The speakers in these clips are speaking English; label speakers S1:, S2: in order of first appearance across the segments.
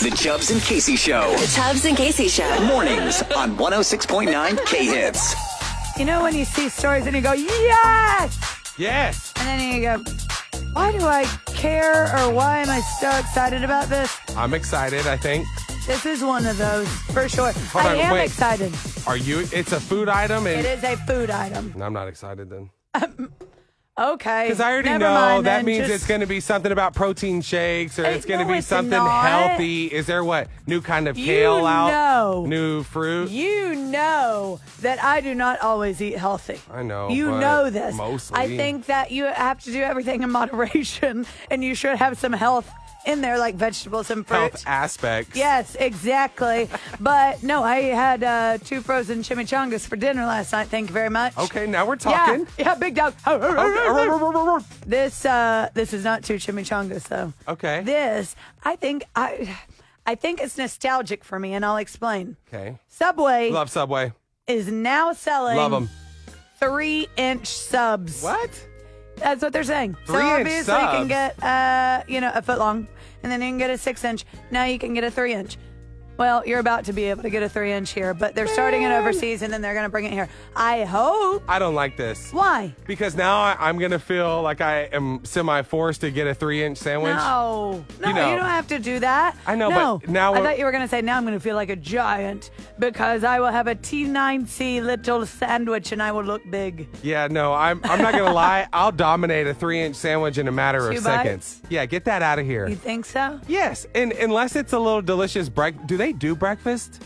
S1: The Chubbs and Casey Show.
S2: The Chubbs and Casey Show.
S1: Mornings on 106.9 K Hits.
S3: You know when you see stories and you go, yes!
S4: Yes.
S3: And then you go, why do I care or why am I so excited about this?
S4: I'm excited, I think.
S3: This is one of those for sure.
S4: Hold
S3: I
S4: on,
S3: am
S4: wait.
S3: excited.
S4: Are you it's a food item
S3: It
S4: and
S3: is a food item.
S4: I'm not excited then.
S3: Okay.
S4: Because I already
S3: Never
S4: know
S3: mind
S4: that
S3: then.
S4: means
S3: Just-
S4: it's going to be something about protein shakes or
S3: Hey,
S4: it's going to
S3: no,
S4: be
S3: it's
S4: something
S3: not.
S4: healthy. Is there what? New kind of
S3: You
S4: kale out?
S3: know.
S4: New fruit?
S3: You know that I do not always eat healthy.
S4: I know,
S3: You
S4: but
S3: know this.
S4: mostly.
S3: I think that you have to do everything in moderation and you should have some health in there, like vegetables and fruit.
S4: Health aspects.
S3: Yes, exactly. but no, I had uh, two frozen chimichangas for dinner last night. Thank you very much.
S4: Okay, now we're talking. uh,
S3: Yeah, yeah big dog.
S4: Okay.
S3: This uh, this is not two chimichangas though.
S4: Okay.
S3: This I think I I think it's nostalgic for me, and I'll explain.
S4: Okay.
S3: Subway
S4: Love Subway.
S3: is now selling
S4: Love them.
S3: three inch subs.
S4: What?
S3: That's what they're saying. so
S4: Three-inch
S3: obviously you can
S4: subs?
S3: get uh, you know, a foot long and then you can get a six inch. Now you can get a three inch. Well, you're about to be able to get a three inch here, but they're starting it overseas and then they're gonna bring it here. I hope.
S4: I don't like this.
S3: Why?
S4: Because now I, I'm going to feel like I am semi forced to get a three inch sandwich.
S3: No, no, you,
S4: You know.
S3: don't have to do that.
S4: I know,
S3: no.
S4: but now
S3: I
S4: we're-
S3: thought you were gonna say now I'm gonna feel like a giant because I will have a T9C little sandwich and I will look big.
S4: Yeah, no, I'm, I'm not going to lie. I'll dominate a three inch sandwich in a matter
S3: Two bites?
S4: of seconds. Yeah, get that out of here.
S3: You think so?
S4: Yes, and unless it's a little delicious break, do they do breakfast?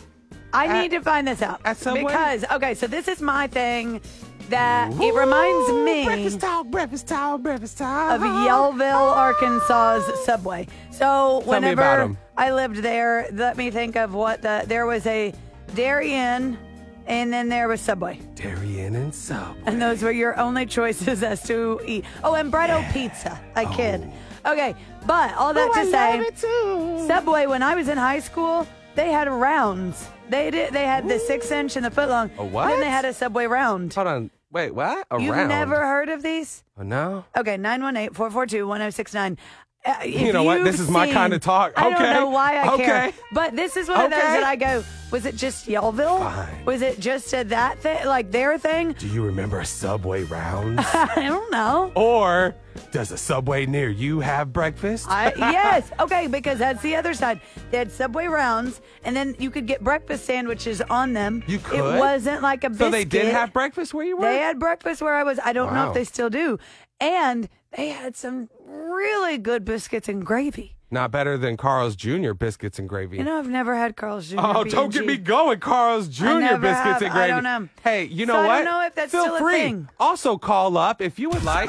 S3: I
S4: At-
S3: need to find this out
S4: at Subway?
S3: because okay, so this is my thing that it reminds
S4: Ooh,
S3: me
S4: Breakfast time, breakfast time, breakfast time.
S3: of Yellville, Arkansas's Subway. So
S4: about
S3: whenever
S4: 'em.
S3: I lived there, let me think of what the there was a Dairy Inn, and then there was Subway,
S4: Darien and Sub.
S3: and those were your only choices as to eat. Oh, and Bretto Pizza, a kid.
S4: Oh.
S3: Okay, but all that to say, Subway, when I was in high school, they had rounds. They did. They had the six inch and the foot long.
S4: A what?
S3: And then they had a Subway round.
S4: Hold on. Wait, what? A
S3: You've
S4: round?
S3: never heard of these?
S4: Oh, no.
S3: Okay, 918-442-1069. Uh, if
S4: You know what?
S3: you've
S4: This is my
S3: seen-
S4: kind of talk.
S3: I don't
S4: Okay.
S3: know why I care.
S4: Okay.
S3: But this is one of those
S4: Okay.
S3: that I go, was it just Yellville?
S4: Fine.
S3: Was it just a that thing, like their thing?
S4: Do you remember a Subway round?
S3: I don't know.
S4: or does a Subway near you have breakfast?
S3: I, yes. Okay, because that's the other side. They had Subway rounds, and then you could get breakfast sandwiches on them.
S4: You could?
S3: It wasn't like a biscuit.
S4: so they did have breakfast where you were?
S3: They had breakfast where I was. I don't know
S4: Wow.
S3: if they still do. And they had some really good biscuits and gravy.
S4: Not better than Carl's Jr. biscuits and gravy.
S3: You know, I've never had Carl's Jr.
S4: Oh, don't get
S3: B&G.
S4: me going, Carl's Jr.
S3: I never
S4: biscuits
S3: have.
S4: and gravy.
S3: I don't know.
S4: Hey, you
S3: So
S4: know
S3: I
S4: what?
S3: don't know if that's
S4: Feel
S3: still a
S4: free.
S3: thing.
S4: Also, call up if you would like.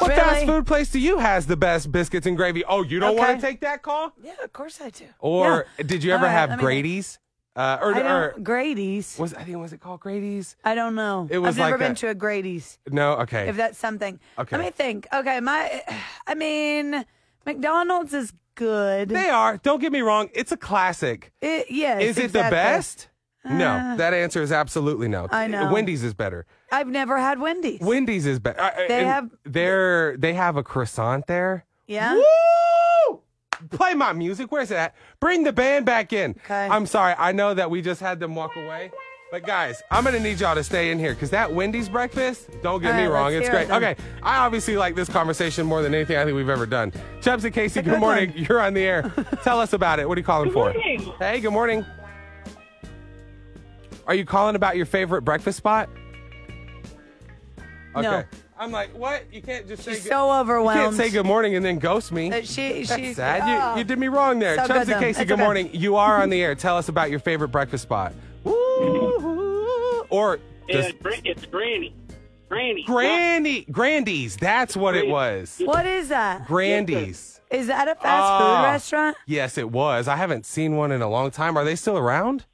S4: What
S3: Really?
S4: fast food place do you has the best biscuits and gravy? Oh, you don't want
S3: Okay.
S4: to take that call?
S3: Yeah, of course I do.
S4: Or
S3: Yeah.
S4: did you
S3: All
S4: ever
S3: right,
S4: have
S3: let me-
S4: Grady's? Uh, or
S3: I
S4: or
S3: don't, Grady's.
S4: was I think was it called Grady's?
S3: I don't know.
S4: It was
S3: I've never
S4: like
S3: been
S4: a-
S3: to a Grady's.
S4: No, okay.
S3: if that's something.
S4: Okay.
S3: Let me think. Okay, my, I mean, McDonald's is good.
S4: they are. Don't get me wrong. It's a classic.
S3: It, yes.
S4: Is it the
S3: exactly. Uh.
S4: best? no, that answer is absolutely no.
S3: I know.
S4: Wendy's is better.
S3: I've never had Wendy's.
S4: Wendy's is better.
S3: They have-
S4: they're they have a croissant there.
S3: Yeah?
S4: Woo! Play my music. Where's it at? Bring the band back in.
S3: Okay.
S4: I'm sorry. I know that we just had them walk away. But guys, I'm gonna need y'all to stay in here because that Wendy's breakfast. Don't get
S3: All
S4: me
S3: right,
S4: wrong,
S3: let's
S4: it's
S3: hear it
S4: great.
S3: then.
S4: okay, I obviously like this conversation more than anything I think we've ever done. Chubbs and Casey, good,
S3: good
S4: morning. You're on the air. Tell us about it. What are you calling for?
S5: morning.
S4: Hey, good morning. Are you calling about your favorite breakfast spot?
S3: No.
S4: I'm like, what? You can't just say
S3: She's
S4: good-
S3: so
S4: you
S3: overwhelmed.
S4: can't say good morning and then ghost me.
S3: That she,
S4: That's
S3: she,
S4: sad.
S3: Oh.
S4: You, you did me wrong there.
S3: So
S4: Chubbs
S3: good,
S4: and
S3: though.
S4: Casey,
S3: It's
S4: good
S3: okay.
S4: morning. You are on the air. Tell us about your favorite breakfast spot. Woo! Or
S5: Yeah,
S4: just
S5: gra- it's Granny. Granny.
S4: Granny, Grandy's. That's what it was.
S3: What is that?
S4: Grandy's.
S3: Is that a fast
S4: Ah.
S3: food restaurant?
S4: Yes, it was. I haven't seen one in a long time. Are they still around?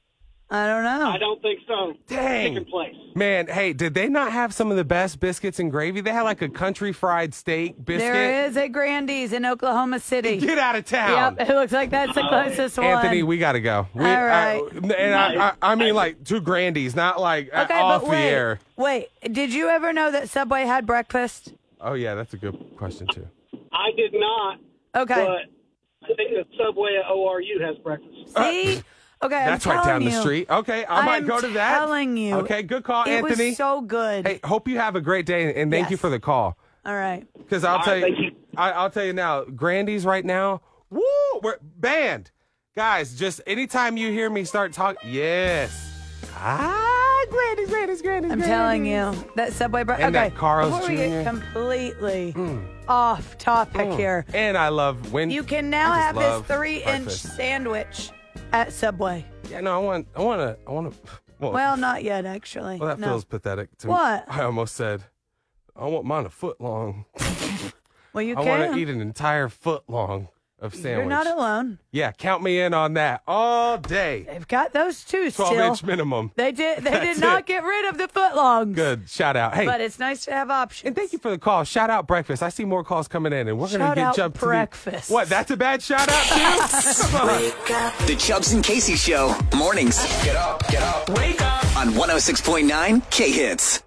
S3: I don't know.
S5: I don't think so.
S4: Dang.
S5: Chicken place.
S4: Man, hey, did they not have some of the best biscuits and gravy? They had like a country fried steak biscuit.
S3: There is a Grandy's in Oklahoma City.
S4: Get out of town.
S3: Yep, it looks like that's the closest one.
S4: Anthony, we gotta go. We,
S3: All right.
S4: I, and I, I, I mean, like two grandies, not like uh,
S3: okay,
S4: off
S3: but
S4: the
S3: wait,
S4: air.
S3: wait. Did you ever know that Subway had breakfast?
S4: Oh yeah, that's a good question too.
S5: I did not,
S3: Okay.
S5: but I think the subway at ORU has breakfast.
S3: See? Okay, I'm
S4: Uh, That's right
S3: telling
S4: down the
S3: you.
S4: street. Okay, I,
S3: I
S4: might
S3: am
S4: go to that.
S3: telling you.
S4: Okay, good call,
S3: It
S4: Anthony.
S3: was so good.
S4: hey, hope you have a great day, and thank you
S3: Yes.
S4: for the call.
S3: All right.
S4: Because I'll
S5: All
S4: tell
S5: right,
S4: you,
S5: thank you.
S4: I, I'll tell you now, Grandy's right now. Woo, we're banned, guys. Just anytime you hear me start talking, yes. Ah, Grandy's, Grandy's, Grandy's.
S3: I'm telling you that Subway. Bro-
S4: And
S3: okay,
S4: that Carl's Hmm.
S3: before we get
S4: Jr..
S3: completely off topic here,
S4: And I love when
S3: you can now
S4: Hmm. I just
S3: have
S4: love
S3: this three-inch
S4: breakfast.
S3: sandwich at Subway.
S4: Yeah, no, I want, I want to, I want to. Well,
S3: Well, not yet, actually.
S4: well, that
S3: no.
S4: feels pathetic to
S3: What?
S4: me. I almost said, I want mine a foot long.
S3: well, you
S4: I want
S3: can.
S4: to eat an entire foot long of sandwich.
S3: You're not alone.
S4: yeah, count me in on that all day.
S3: They've got those two
S4: 12
S3: still.
S4: inch minimum.
S3: They did. They
S4: That's
S3: did not
S4: it.
S3: get rid of the footlongs.
S4: Good shout out. Hey,
S3: But it's nice to have options.
S4: And thank you for the call. Shout out breakfast. I see more calls coming in, and we're gonna
S3: Shout
S4: get
S3: out
S4: jumped. to the-
S3: breakfast.
S4: what? That's a bad shout out too. Come on.
S1: The Chubbs and oh Casey Show. Mornings. Get up, get up, wake up. On 106.9 K Hits.